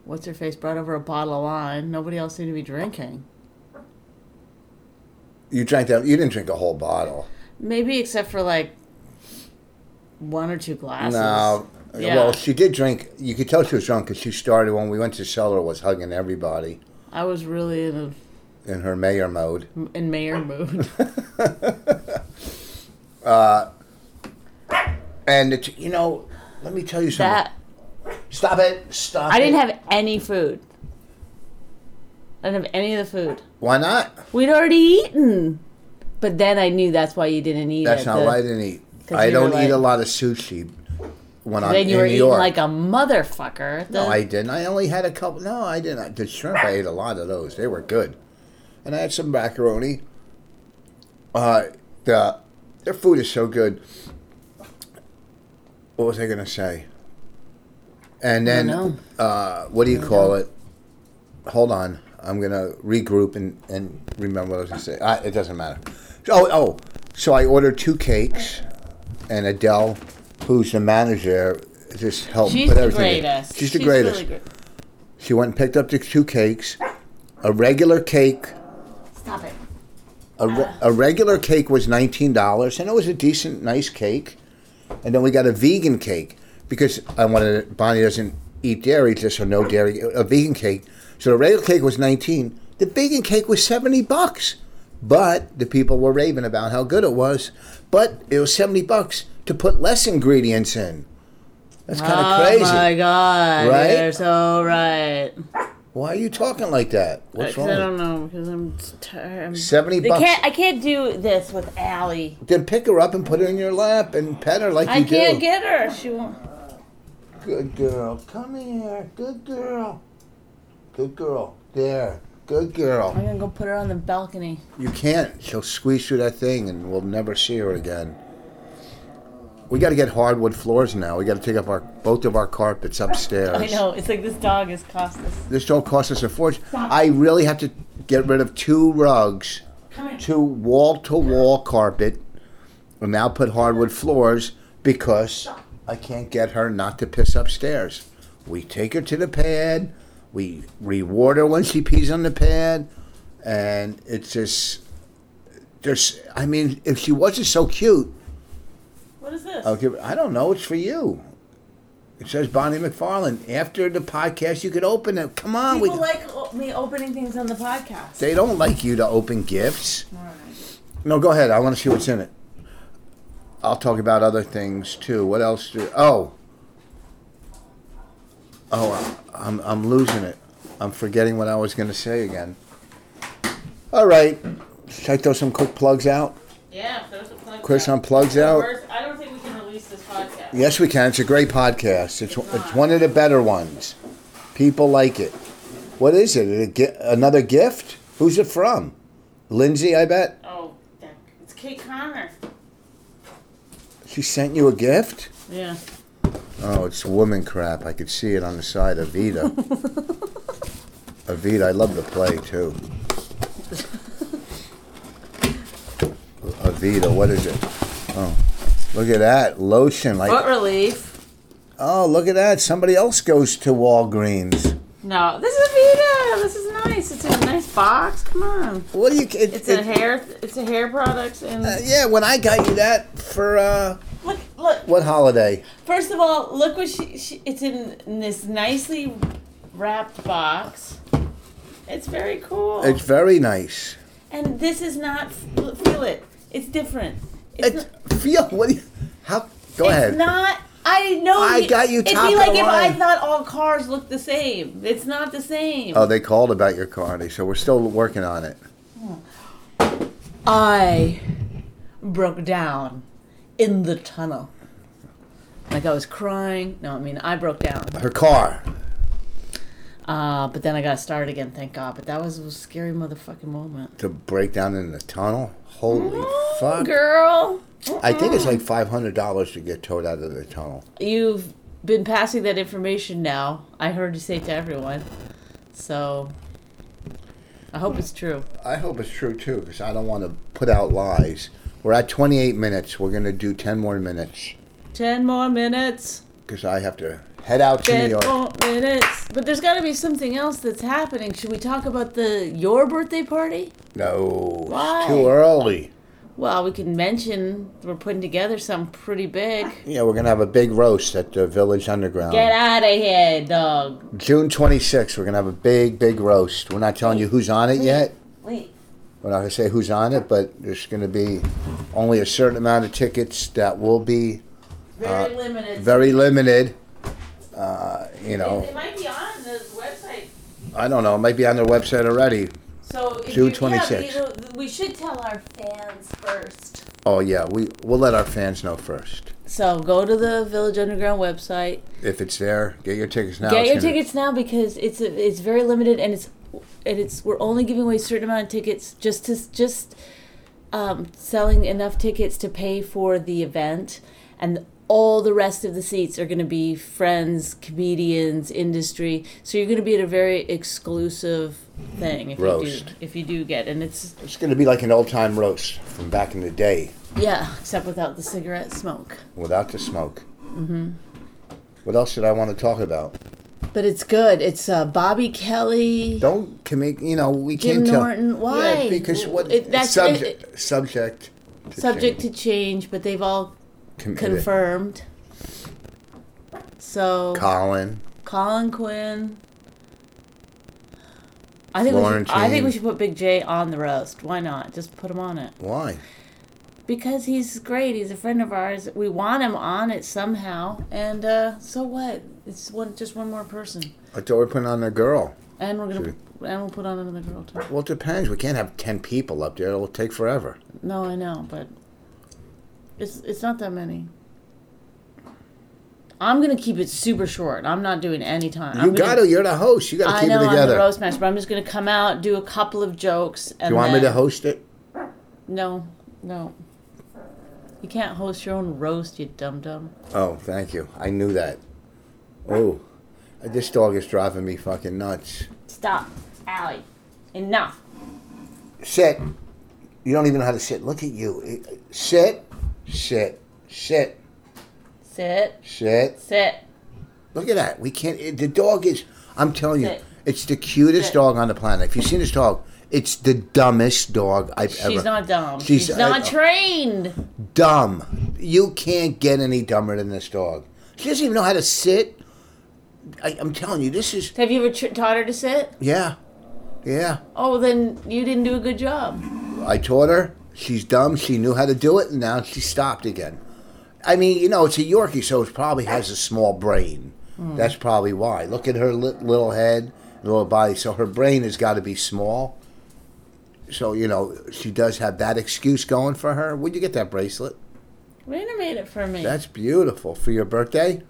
[SPEAKER 2] What's her face brought over a bottle of wine? Nobody else seemed to be drinking.
[SPEAKER 3] You drank that. You didn't drink a whole bottle.
[SPEAKER 2] Maybe except for like one or two glasses.
[SPEAKER 3] No.
[SPEAKER 2] Yeah.
[SPEAKER 3] Well, she did drink. You could tell she was drunk because she started when we went to the cellar was hugging everybody.
[SPEAKER 2] I was really in a
[SPEAKER 3] in her mayor mode.
[SPEAKER 2] in mayor mood.
[SPEAKER 3] And it's you know, let me tell you something.
[SPEAKER 2] that
[SPEAKER 3] Stop it! Stop.
[SPEAKER 2] I didn't
[SPEAKER 3] it.
[SPEAKER 2] have any food. I didn't have any of the food.
[SPEAKER 3] Why not?
[SPEAKER 2] We'd already eaten. But then I knew that's why you didn't eat
[SPEAKER 3] That's
[SPEAKER 2] it.
[SPEAKER 3] not
[SPEAKER 2] The-
[SPEAKER 3] why I didn't eat.
[SPEAKER 2] 'Cause
[SPEAKER 3] I
[SPEAKER 2] you were
[SPEAKER 3] don't eat
[SPEAKER 2] like-
[SPEAKER 3] a lot of sushi when I'm
[SPEAKER 2] Then you
[SPEAKER 3] in
[SPEAKER 2] were
[SPEAKER 3] New
[SPEAKER 2] eating
[SPEAKER 3] York.
[SPEAKER 2] like a motherfucker.
[SPEAKER 3] no,
[SPEAKER 2] The-
[SPEAKER 3] I didn't. I only had a couple. No, I didn't. The shrimp, I ate a lot of those. They were good. And I had some macaroni. Uh, the their food is so good. What was I gonna say? And then,
[SPEAKER 2] don't
[SPEAKER 3] uh, what do you call it? Hold on, I'm gonna regroup and, and remember what I was gonna say. I, it doesn't matter. Oh, oh, so I ordered two cakes, and Adele, who's the manager, just helped
[SPEAKER 2] She's
[SPEAKER 3] put
[SPEAKER 2] the
[SPEAKER 3] everything. in.
[SPEAKER 2] greatest.
[SPEAKER 3] She's the greatest.
[SPEAKER 2] really great.
[SPEAKER 3] She went and picked up the two cakes, a regular cake.
[SPEAKER 4] Stop it.
[SPEAKER 3] A, re- a regular cake was nineteen dollars, and it was a decent, nice cake. And then we got a vegan cake because I wanted Bonnie doesn't eat dairy, just so no dairy. A vegan cake. So the regular cake was nineteen. The vegan cake was seventy bucks, but the people were raving about how good it was. But it was seventy bucks to put less ingredients in. That's kind of crazy.
[SPEAKER 2] Oh my god.
[SPEAKER 3] Right?
[SPEAKER 2] You're so right.
[SPEAKER 3] Why are you talking like that? What's
[SPEAKER 2] Because
[SPEAKER 3] wrong?
[SPEAKER 2] Uh, I don't know. Because I'm t- tired. I'm-
[SPEAKER 3] Seventy
[SPEAKER 2] They
[SPEAKER 3] bucks.
[SPEAKER 2] can't, I can't do this with Allie.
[SPEAKER 3] Then pick her up and put her in your lap and pet her like
[SPEAKER 2] I
[SPEAKER 3] you
[SPEAKER 2] can't
[SPEAKER 3] do.
[SPEAKER 2] get her. She won't.
[SPEAKER 3] Good girl. Come here. Good girl. Good girl. There. Good
[SPEAKER 2] I'm
[SPEAKER 3] girl.
[SPEAKER 2] gonna go put her on the balcony.
[SPEAKER 3] You can't. She'll squeeze through that thing and we'll never see her again. We got to get hardwood floors now. We got to take up our both of our carpets upstairs.
[SPEAKER 2] I know. It's like this dog has cost us.
[SPEAKER 3] This don't cost us a fortune. I really have to get rid of two rugs, two wall to wall carpet, and now put hardwood floors because I can't get her not to piss upstairs. We take her to the pad, we reward her when she pees on the pad, and it's just there's I mean, if she wasn't so cute,
[SPEAKER 2] What is this?
[SPEAKER 3] I'll give I don't know, it's for you. It says Bonnie McFarland. After the podcast, you could open it. Come on, Oh,
[SPEAKER 2] People
[SPEAKER 3] we,
[SPEAKER 2] like o- me opening things on the podcast.
[SPEAKER 3] They don't like you to open gifts. No, go ahead. I want to see what's in it. I'll talk about other things too. What else do? Oh, oh, I'm I'm losing it. I'm forgetting what I was going to say again. All right, should I throw some quick plugs out?
[SPEAKER 2] Yeah, there's a plug.
[SPEAKER 3] Quick some plugs out.
[SPEAKER 2] I don't think we can release this podcast.
[SPEAKER 3] Yes, we can. It's a great podcast. It's it's one of the better ones. People like it. What is it? A gi- another gift? Who's it from? Lindsay, I bet.
[SPEAKER 2] Oh, that, it's Kate Connor.
[SPEAKER 3] She sent you a gift?
[SPEAKER 2] Yeah.
[SPEAKER 3] Oh, it's woman crap. I could see it on the side. Avita. Avita, I love the play too. Avita, what is it? Oh, look at that lotion.
[SPEAKER 2] Foot
[SPEAKER 3] Like,
[SPEAKER 2] relief.
[SPEAKER 3] oh, look at that. Somebody else goes to Walgreens.
[SPEAKER 2] No, this is a Vita. This is nice. It's in a nice box. Come on.
[SPEAKER 3] What do you? It,
[SPEAKER 2] It's
[SPEAKER 3] it-
[SPEAKER 2] a hair. It's a hair product. And
[SPEAKER 3] uh, yeah, when I got you that for uh,
[SPEAKER 2] look, look.
[SPEAKER 3] what holiday?
[SPEAKER 2] First of all, look what she, she it's in, in this nicely wrapped box. It's very cool.
[SPEAKER 3] It's very nice.
[SPEAKER 2] and this is not feel feel it. It's different. It's,
[SPEAKER 3] It's
[SPEAKER 2] not,
[SPEAKER 3] feel. What? Do you, how? Go
[SPEAKER 2] it's
[SPEAKER 3] ahead.
[SPEAKER 2] not I know
[SPEAKER 3] I
[SPEAKER 2] you-
[SPEAKER 3] got you
[SPEAKER 2] It'd
[SPEAKER 3] top
[SPEAKER 2] be
[SPEAKER 3] of
[SPEAKER 2] like
[SPEAKER 3] the
[SPEAKER 2] if I
[SPEAKER 3] line.
[SPEAKER 2] thought all cars looked the same. It's not the same.
[SPEAKER 3] Oh, they called about your car, so we're still working on it.
[SPEAKER 2] I broke down in the tunnel. Like I was crying. No, I mean I broke down.
[SPEAKER 3] Her car.
[SPEAKER 2] Uh, but then I got started again, thank God. But that was a scary motherfucking moment.
[SPEAKER 3] to break down in the tunnel. Holy fuck!
[SPEAKER 2] Mm-hmm. Girl,
[SPEAKER 3] I think it's like five hundred dollars to get towed out of the tunnel.
[SPEAKER 2] you've been passing that information now. I heard you say it to everyone. So I hope it's true.
[SPEAKER 3] I hope it's true too, because I don't want to put out lies. We're at twenty-eight minutes. We're gonna do ten more minutes
[SPEAKER 2] Ten more minutes.
[SPEAKER 3] because I have to head out to New
[SPEAKER 2] Ten
[SPEAKER 3] York.
[SPEAKER 2] more minutes. But there's got to be something else that's happening. Should we talk about the your birthday party?
[SPEAKER 3] No,
[SPEAKER 2] Why?
[SPEAKER 3] it's too early.
[SPEAKER 2] Well, we can mention we're putting together something pretty big.
[SPEAKER 3] Yeah, we're gonna have a big roast at the Village Underground.
[SPEAKER 2] Get out of here, dog.
[SPEAKER 3] June 26th, we're gonna have a big, big roast. We're not telling you who's on it yet.
[SPEAKER 2] Lee.
[SPEAKER 3] we're not going to say who's on it, but there's going to be only a certain amount of tickets that will be
[SPEAKER 2] Very limited.
[SPEAKER 3] Uh, very limited. Uh, you
[SPEAKER 2] It,
[SPEAKER 3] know,
[SPEAKER 2] it might be on the website.
[SPEAKER 3] I don't know. It might be on their website already.
[SPEAKER 2] So if
[SPEAKER 3] June
[SPEAKER 2] you- yeah,
[SPEAKER 3] 26.
[SPEAKER 2] you know, we should tell our fans first.
[SPEAKER 3] Oh yeah, we we'll let our fans know first
[SPEAKER 2] So go to the Village Underground website.
[SPEAKER 3] if it's there. Get your tickets now.
[SPEAKER 2] Get
[SPEAKER 3] It's
[SPEAKER 2] your
[SPEAKER 3] gonna-
[SPEAKER 2] tickets now because it's a, it's very limited and it's and it's we're only giving away a certain amount of tickets just to just um, selling enough tickets to pay for the event and all the rest of the seats are going to be friends, comedians, industry. So you're going to be at a very exclusive thing if you
[SPEAKER 3] Roast.
[SPEAKER 2] do if you do get and it's
[SPEAKER 3] It's going to be like an old time roast from back in the day,
[SPEAKER 2] yeah, except without the cigarette smoke.
[SPEAKER 3] without the smoke. Mm-hmm. What else did I want to talk about?
[SPEAKER 2] But it's good. It's uh, Bobby Kelly.
[SPEAKER 3] Don't commit. You know, we
[SPEAKER 2] Jim
[SPEAKER 3] can't tell.
[SPEAKER 2] Norton, why?
[SPEAKER 3] Yeah, because what
[SPEAKER 2] It- that's-
[SPEAKER 3] subject subject to
[SPEAKER 2] subject
[SPEAKER 3] change.
[SPEAKER 2] to change, but they've all
[SPEAKER 3] Committed.
[SPEAKER 2] confirmed. So
[SPEAKER 3] Colin.
[SPEAKER 2] Colin Quinn. I think, we
[SPEAKER 3] Warren
[SPEAKER 2] should, I think we
[SPEAKER 3] Chain.
[SPEAKER 2] should put Big J on the roast. Why not? Just put him on it.
[SPEAKER 3] Why?
[SPEAKER 2] Because he's great. He's a friend of ours. We want him on it somehow. And uh, so what? It's one, just one more person.
[SPEAKER 3] I thought we were putting on a girl.
[SPEAKER 2] And we're going to.
[SPEAKER 3] Sure.
[SPEAKER 2] And we'll put on another girl too.
[SPEAKER 3] Well, it depends. We can't have ten people up there. It'll take forever.
[SPEAKER 2] No, I know, but it's it's not that many. I'm gonna keep it super short. I'm not doing any time. I'm
[SPEAKER 3] you got to. You're the host. You got to
[SPEAKER 2] I
[SPEAKER 3] keep
[SPEAKER 2] know
[SPEAKER 3] it
[SPEAKER 2] I'm the
[SPEAKER 3] together.
[SPEAKER 2] roast master, but I'm just gonna come out, do a couple of jokes, and
[SPEAKER 3] you want me to
[SPEAKER 2] then-
[SPEAKER 3] host it?
[SPEAKER 2] No, no. You can't host your own roast, you dum dum.
[SPEAKER 3] Oh, thank you. I knew that. Oh, this dog is driving me fucking nuts.
[SPEAKER 2] Stop, Allie. Enough.
[SPEAKER 3] Sit. You don't even know how to sit. Look at you. It- Sit. Sit. Sit.
[SPEAKER 2] Sit,
[SPEAKER 3] Sit.
[SPEAKER 2] sit.
[SPEAKER 3] Look at that. We can't. It, the dog is. I'm telling you,
[SPEAKER 2] Sit.
[SPEAKER 3] it's the cutest
[SPEAKER 2] Sit.
[SPEAKER 3] dog on the planet. If you've seen this dog, it's the dumbest dog I've ever.
[SPEAKER 2] She's not dumb.
[SPEAKER 3] She's-
[SPEAKER 2] She's, not
[SPEAKER 3] I-
[SPEAKER 2] trained.
[SPEAKER 3] dumb. You can't get any dumber than this dog. She doesn't even know how to sit. I, I'm telling you, this is
[SPEAKER 2] Have you ever tr- taught her to sit?
[SPEAKER 3] yeah, yeah.
[SPEAKER 2] Oh, then you didn't do a good job.
[SPEAKER 3] I taught her. She's dumb. She knew how to do it, and now she stopped again. I mean, you know, it's a Yorkie, so it probably has a small brain. That's probably why. Look at her li- little head, little body. So her brain has got to be small. So you know, she does have that excuse going for her. Where'd you get that bracelet?
[SPEAKER 2] Raina made it for me.
[SPEAKER 3] That's beautiful for your birthday.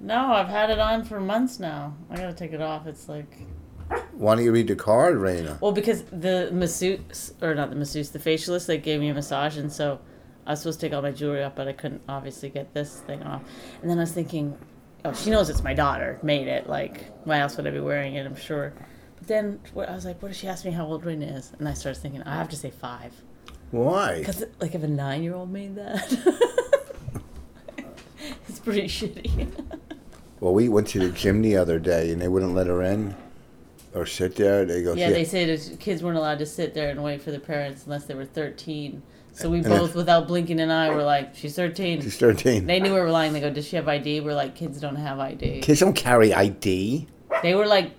[SPEAKER 2] No, I've had it on for months now. I gotta take it off. It's like
[SPEAKER 3] Why don't you read the card, Raina?
[SPEAKER 2] well, because the masseuse or not the masseuse, the facialist, they gave me a massage, and so I was supposed to take all my jewelry off, but I couldn't obviously get this thing off. And then I was thinking, oh, she knows it's my daughter made it. Like, why else would I be wearing it? I'm sure. But then what, I was like, what if she asked me how old Raina is? And I started thinking, I have to say five,
[SPEAKER 3] Why?
[SPEAKER 2] because like if a nine-year-old made that, it's pretty shitty.
[SPEAKER 3] Well, we went to the gym the other day, and they wouldn't let her in or sit there. They go,
[SPEAKER 2] Yeah, they said his kids weren't allowed to sit there and wait for the parents unless they were 13. So we
[SPEAKER 3] And
[SPEAKER 2] both,
[SPEAKER 3] if-
[SPEAKER 2] without blinking an eye, were like, she's 13.
[SPEAKER 3] she's thirteen.
[SPEAKER 2] they knew we were lying. They go, does she have ID? We're like, kids don't have ID.
[SPEAKER 3] Kids don't carry ID.
[SPEAKER 2] They were like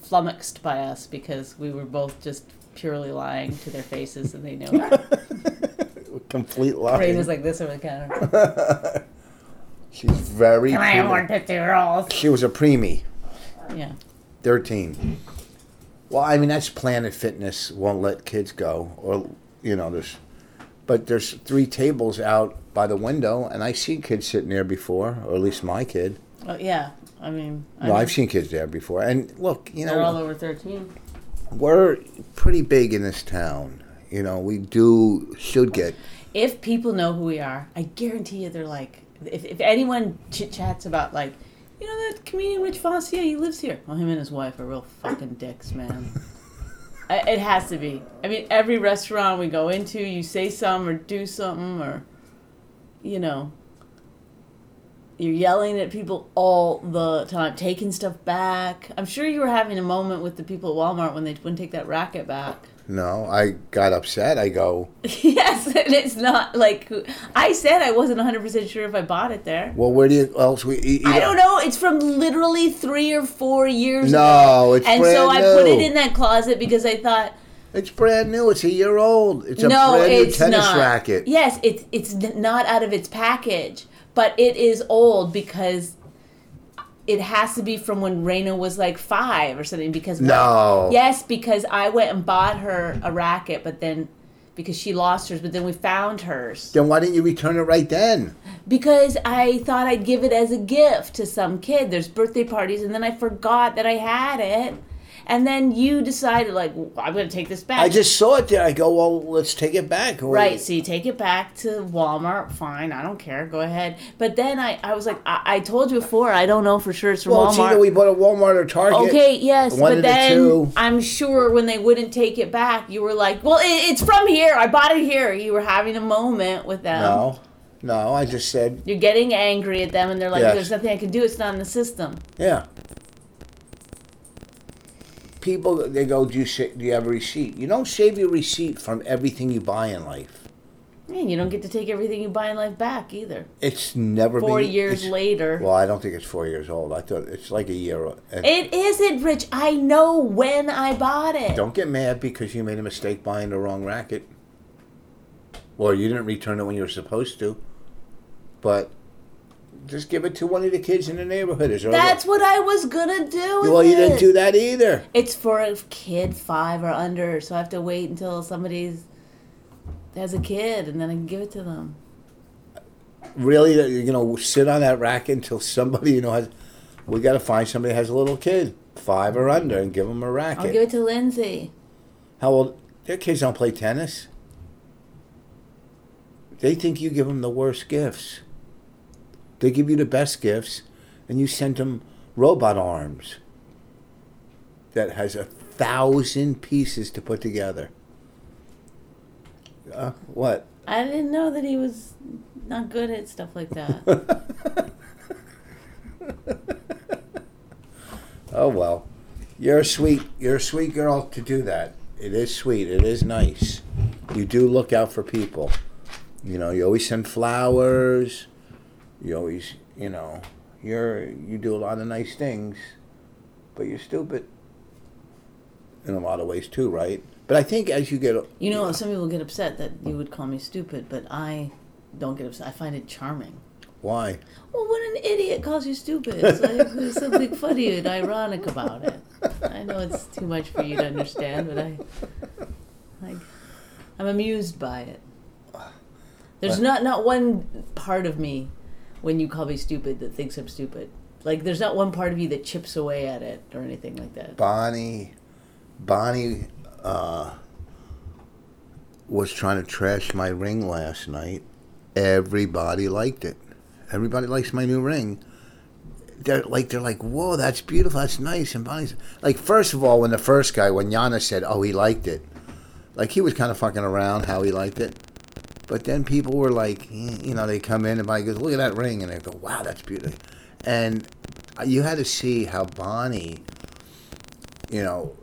[SPEAKER 2] flummoxed by us because we were both just purely lying to their faces and they knew it.
[SPEAKER 3] Complete
[SPEAKER 2] Ray
[SPEAKER 3] lying.
[SPEAKER 2] was like this over the counter.
[SPEAKER 3] She's very.
[SPEAKER 2] Can I have
[SPEAKER 3] preemie.
[SPEAKER 2] one 50 year old?
[SPEAKER 3] She was a preemie,
[SPEAKER 2] Yeah.
[SPEAKER 3] thirteen. Well, I mean that's Planet Fitness won't let kids go, or you know, there's, but there's three tables out by the window, and I seen kids sitting there before, or at least my kid.
[SPEAKER 2] Well, Oh, yeah. I mean, I
[SPEAKER 3] No,
[SPEAKER 2] mean,
[SPEAKER 3] I've seen kids there before, and look, you know,
[SPEAKER 2] they're all over 13.
[SPEAKER 3] we're pretty big in this town. You know, we do should get.
[SPEAKER 2] if people know who we are, I guarantee you they're like, if, if anyone chit chats about like, you know that comedian Rich Foss, yeah, he lives here. Well, him and his wife are real fucking dicks, man. I, it has to be. I mean, every restaurant we go into, you say something or do something or, you know, you're yelling at people all the time, taking stuff back. I'm sure you were having a moment with the people at Walmart when they wouldn't take that racket back.
[SPEAKER 3] No, I got upset. I go,
[SPEAKER 2] yes, and it's not like I said. I wasn't 100 percent sure if I bought it there.
[SPEAKER 3] well, where do you else we e, eat?
[SPEAKER 2] I don't know. It's from literally three or four years ago.
[SPEAKER 3] No, it's
[SPEAKER 2] and
[SPEAKER 3] brand
[SPEAKER 2] so
[SPEAKER 3] new.
[SPEAKER 2] I put it in that closet because I thought
[SPEAKER 3] It's brand new. It's a year old. It's a
[SPEAKER 2] no,
[SPEAKER 3] brand new
[SPEAKER 2] it's
[SPEAKER 3] tennis
[SPEAKER 2] not.
[SPEAKER 3] racket.
[SPEAKER 2] Yes, it's it's n- not out of its package, but it is old because it has to be from when Raina was like five or something. Because
[SPEAKER 3] No.
[SPEAKER 2] yes, because I went and bought her a racket, but then because she lost hers, but then we found hers
[SPEAKER 3] Then why didn't you return it right then?
[SPEAKER 2] because I thought I'd give it as a gift to some kid. There's birthday parties, and then I forgot that I had it. And then you decided, like, I'm going to take this back.
[SPEAKER 3] I just saw it there. I go, well, let's take it back. Or-
[SPEAKER 2] Right, so you take it back to Walmart. Fine, I don't care. Go ahead. But then I, I was like, I, I told you before, I don't know for sure it's from
[SPEAKER 3] Well, it's either
[SPEAKER 2] Walmart.
[SPEAKER 3] we bought at Walmart or Target.
[SPEAKER 2] okay, yes,
[SPEAKER 3] One of the
[SPEAKER 2] but then
[SPEAKER 3] two.
[SPEAKER 2] I'm sure when they wouldn't take it back, you were like, well, it, it's from here. I bought it here. You were having a moment with them.
[SPEAKER 3] No, no. I just said,
[SPEAKER 2] You're getting angry at them, and they're like,
[SPEAKER 3] Yes.
[SPEAKER 2] there's nothing I can do. It's not in the system.
[SPEAKER 3] yeah. People, they go, do you, sa- do you have a receipt? You don't save your receipt from everything you buy in life.
[SPEAKER 2] Man, you don't get to take everything you buy in life back either.
[SPEAKER 3] It's never
[SPEAKER 2] Four
[SPEAKER 3] been,
[SPEAKER 2] years
[SPEAKER 3] it's-
[SPEAKER 2] later.
[SPEAKER 3] Well, I don't think it's four years old. I thought it's like a year. o- and
[SPEAKER 2] It isn't, Rich. I know when I bought it.
[SPEAKER 3] don't get mad because you made a mistake buying the wrong racket. Or you didn't return it when you were supposed to. But just give it to one of the kids in the neighborhood. Is there other-
[SPEAKER 2] That's what I was gonna do. with
[SPEAKER 3] well, you didn't
[SPEAKER 2] it.
[SPEAKER 3] do that either.
[SPEAKER 2] It's for a kid five or under, so I have to wait until somebody's has a kid, and then I can give it to them.
[SPEAKER 3] really that you're gonna sit on that racket until somebody you know has we gotta find somebody that has a little kid five or under and give them a racket
[SPEAKER 2] I'll give it to Lindsay.
[SPEAKER 3] how old their kids don't play tennis they think you give them the worst gifts they give you the best gifts and you send them robot arms that has a thousand pieces to put together uh, what
[SPEAKER 2] I didn't know that he was not good at stuff like that.
[SPEAKER 3] Oh well, you're a sweet. You're a sweet girl to do that. It is sweet. It is nice. You do look out for people. You know, you always send flowers. You always, you know, you're you do a lot of nice things, but you're stupid. In a lot of ways too, right? But I think as you get,
[SPEAKER 2] you know, some people get upset that you would call me stupid, but I don't get upset. I find it charming.
[SPEAKER 3] why?
[SPEAKER 2] Well, when an idiot calls you stupid, it's like there's something funny and ironic about it. I know it's too much for you to understand, but I, I I'm amused by it. There's not not one part of me when you call me stupid that thinks I'm stupid. Like there's not one part of you that chips away at it or anything like that.
[SPEAKER 3] Bonnie, Bonnie uh, was trying to trash my ring last night. Everybody liked it. Everybody likes my new ring. They're like they're like, whoa, that's beautiful, that's nice. And Bonnie's like, first of all, when the first guy, when Yana said, oh, he liked it, like he was kind of fucking around how he liked it. But then people were like, eh, you know, they come in and Bonnie goes, look at that ring, and they go, wow, that's beautiful. And you had to see how Bonnie you know,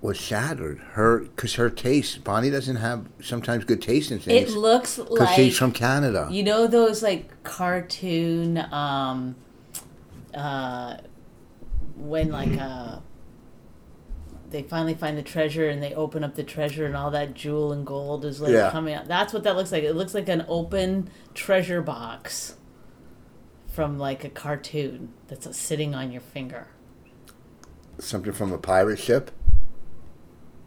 [SPEAKER 3] was shattered. Her because her taste, Bonnie doesn't have sometimes good taste in
[SPEAKER 2] It
[SPEAKER 3] things
[SPEAKER 2] looks
[SPEAKER 3] because
[SPEAKER 2] like
[SPEAKER 3] she's from Canada.
[SPEAKER 2] You know those like cartoon um uh when like uh they finally find the treasure and they open up the treasure and all that jewel and gold is like
[SPEAKER 3] Yeah.
[SPEAKER 2] coming out. That's what that looks like. It looks like an open treasure box from like a cartoon that's uh, sitting on your finger.
[SPEAKER 3] Something from a pirate ship?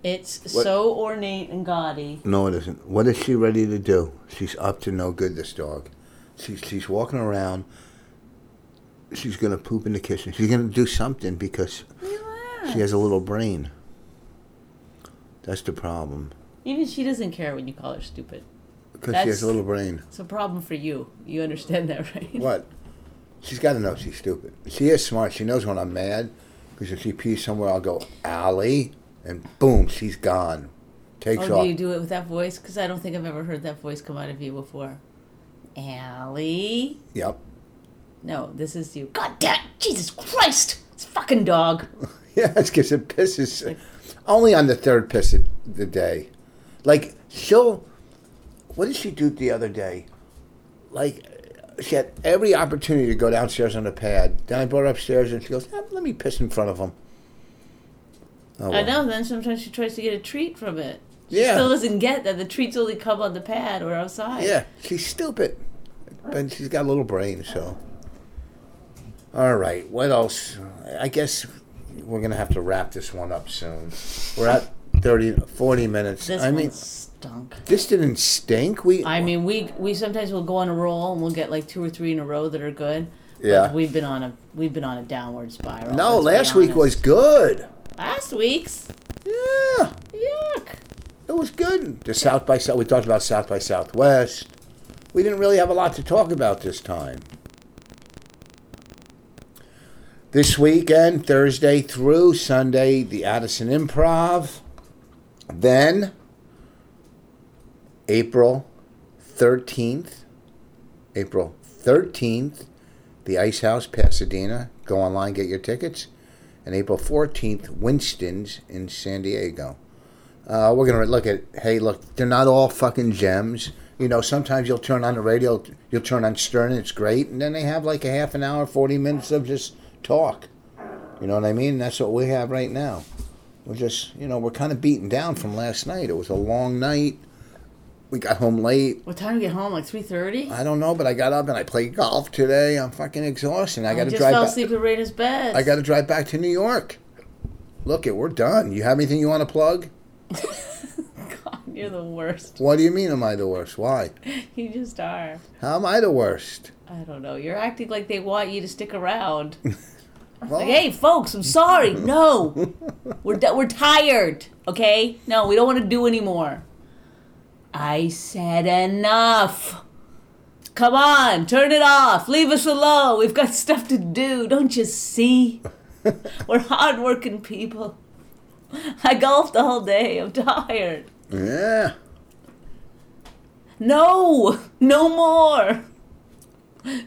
[SPEAKER 2] It's
[SPEAKER 3] What-
[SPEAKER 2] so ornate and gaudy.
[SPEAKER 3] No, it isn't. What is she ready to do? She's up to no good. This dog. She's she's walking around. She's gonna poop in the kitchen. She's gonna do something because she has a little brain. That's the problem.
[SPEAKER 2] Even she doesn't care when you call her stupid.
[SPEAKER 3] Because she
[SPEAKER 2] That's-
[SPEAKER 3] has a little brain.
[SPEAKER 2] It's a problem for you. You understand that, right?
[SPEAKER 3] What? She's got to know she's stupid. She is smart. She knows when I'm mad. Because if she pees somewhere, I'll go, Allie. And boom, she's gone. Takes
[SPEAKER 2] Oh,
[SPEAKER 3] off.
[SPEAKER 2] do you do it with that voice? Because I don't think I've ever heard that voice come out of you before. Allie?
[SPEAKER 3] yep.
[SPEAKER 2] No, this is you. God damn! Jesus Christ! It's a fucking dog.
[SPEAKER 3] Oh, Yeah, it's because it pisses. Only on the third piss it the day. Like she'll, what did she do the other day? Like she had every opportunity to go downstairs on the pad. Then I brought her upstairs and she goes, "Eh, "Let me piss in front of him." Oh,
[SPEAKER 2] I
[SPEAKER 3] well.
[SPEAKER 2] know. Then sometimes she tries to get a treat from it. She
[SPEAKER 3] Yeah.
[SPEAKER 2] still doesn't get that the treats only come on the pad or outside.
[SPEAKER 3] Yeah, she's stupid, but she's got a little brain. So, all right, what else? I guess we're gonna have to wrap this one up soon. We're at 30, 40 minutes.
[SPEAKER 2] This
[SPEAKER 3] I
[SPEAKER 2] one
[SPEAKER 3] mean,
[SPEAKER 2] stunk.
[SPEAKER 3] this didn't stink. We
[SPEAKER 2] I mean, we we sometimes will go on a roll and we'll get like two or three in a row that are good. but
[SPEAKER 3] Yeah.
[SPEAKER 2] we've been on a we've been on a downward spiral.
[SPEAKER 3] no.
[SPEAKER 2] let's
[SPEAKER 3] Last
[SPEAKER 2] be
[SPEAKER 3] week was
[SPEAKER 2] honest.
[SPEAKER 3] good.
[SPEAKER 2] last week's.
[SPEAKER 3] Yeah,
[SPEAKER 2] Yuck.
[SPEAKER 3] it was good. The South by South. We talked about South by Southwest. We didn't really have a lot to talk about this time. This weekend, Thursday through Sunday, the Addison Improv. Then, April 13th, April 13th, the Ice House, Pasadena. Go online, get your tickets. And April 14th, Winston's in San Diego. Uh, we're going to look at, hey, look, they're not all fucking gems. You know, sometimes you'll turn on the radio, you'll turn on Stern, it's great. And then they have like a half an hour, 40 minutes of just talk. You know what I mean? That's what we have right now. We're just, you know, we're kind of beaten down from last night. It was a long night. We got home late.
[SPEAKER 2] What time do we get home? Like three thirty.
[SPEAKER 3] I don't know, but I got up and I played golf today. I'm fucking exhausted. I got to
[SPEAKER 2] just
[SPEAKER 3] drive.
[SPEAKER 2] fell
[SPEAKER 3] back-
[SPEAKER 2] asleep at Raina's bed.
[SPEAKER 3] I got to drive back to New York. Look, it. We're done. You have anything you want to plug?
[SPEAKER 2] God, you're the worst.
[SPEAKER 3] What do you mean? Am I the worst? Why?
[SPEAKER 2] You just are.
[SPEAKER 3] How am I the worst?
[SPEAKER 2] I don't know. You're acting like they want you to stick around.
[SPEAKER 3] Well,
[SPEAKER 2] Like, hey, folks, I'm sorry. No, we're d- we're tired. Okay, no, we don't want to do anymore. I said enough. Come on, turn it off. Leave us alone. We've got stuff to do. Don't you see? We're hardworking people. I golfed all day. I'm tired.
[SPEAKER 3] Yeah.
[SPEAKER 2] No, no more.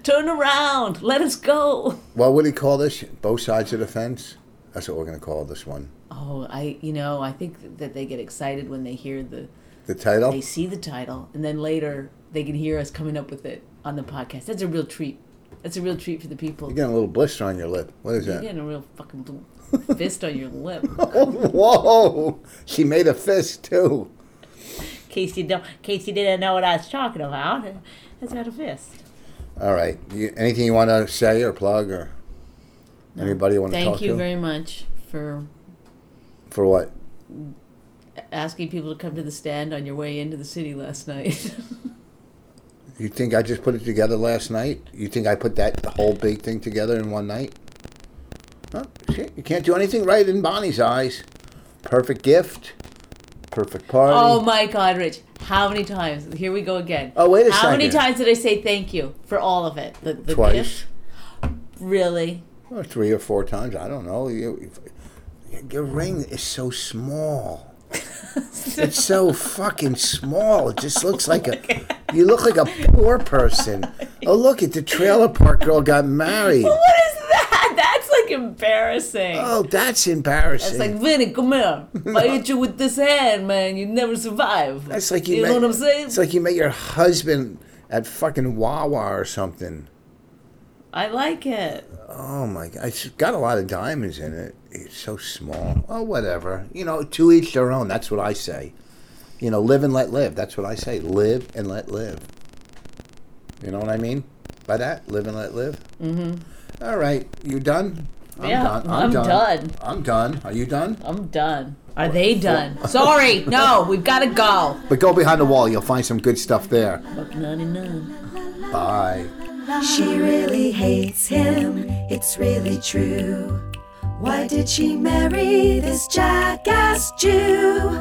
[SPEAKER 2] Turn around. Let us go.
[SPEAKER 3] What would he call this? Both sides of the fence. That's what we're gonna call this one.
[SPEAKER 2] Oh, I you know I think that they get excited when they hear the
[SPEAKER 3] The title.
[SPEAKER 2] they see the title and then later they can hear us coming up with it on the podcast. That's a real treat. That's a real treat for the people.
[SPEAKER 3] You're getting a little blister on your lip. What is
[SPEAKER 2] You're
[SPEAKER 3] that?
[SPEAKER 2] getting a real fucking blue fist on your lip. In
[SPEAKER 3] Whoa! She made a fist too.
[SPEAKER 2] case you don't, in case you didn't know what I was talking about, that's not a fist.
[SPEAKER 3] All right. You, anything you want to say or plug or anybody you want to
[SPEAKER 2] Thank
[SPEAKER 3] talk
[SPEAKER 2] you
[SPEAKER 3] to?
[SPEAKER 2] very much for
[SPEAKER 3] For what?
[SPEAKER 2] asking people to come to the stand on your way into the city last night.
[SPEAKER 3] You think I just put it together last night? You think I put that whole big thing together in one night? Huh? Shit, you can't do anything right in Bonnie's eyes. Perfect gift, perfect party.
[SPEAKER 2] Oh my God, Rich! How many times? Here we go again.
[SPEAKER 3] Oh, wait a
[SPEAKER 2] How many
[SPEAKER 3] second.
[SPEAKER 2] times did I say thank you for all of it? The, the
[SPEAKER 3] Twice,
[SPEAKER 2] gift? Really?
[SPEAKER 3] or three or four times. I don't know. You, your ring is so small. it's so fucking small. It just looks like a. You look like a poor person. Oh look, at the trailer park girl got married.
[SPEAKER 2] What is that? That's like embarrassing.
[SPEAKER 3] Oh, that's embarrassing.
[SPEAKER 2] It's like Vinny, come here. I hit you with this hand, man. You never survive.
[SPEAKER 3] That's like you,
[SPEAKER 2] know
[SPEAKER 3] met-
[SPEAKER 2] what I'm saying.
[SPEAKER 3] It's like you met your husband at fucking Wawa or something.
[SPEAKER 2] I like it.
[SPEAKER 3] Oh my god, it's got a lot of diamonds in it. It's so small. Oh, whatever. You know, to each their own. That's what I say. You know, live and let live. That's what I say. Live and let live. You know what I mean by that? Live and let live. Mm-hmm. All right, you done? I'm
[SPEAKER 2] Yeah,
[SPEAKER 3] done.
[SPEAKER 2] I'm done.
[SPEAKER 3] I'm done. Are you done?
[SPEAKER 2] I'm done. Are they done? Sorry, no. We've got to go.
[SPEAKER 3] But go behind the wall. You'll find some good stuff there.
[SPEAKER 2] Buck ninety nine.
[SPEAKER 3] Bye.
[SPEAKER 1] She really hates him, it's really true. Why did she marry this jackass Jew?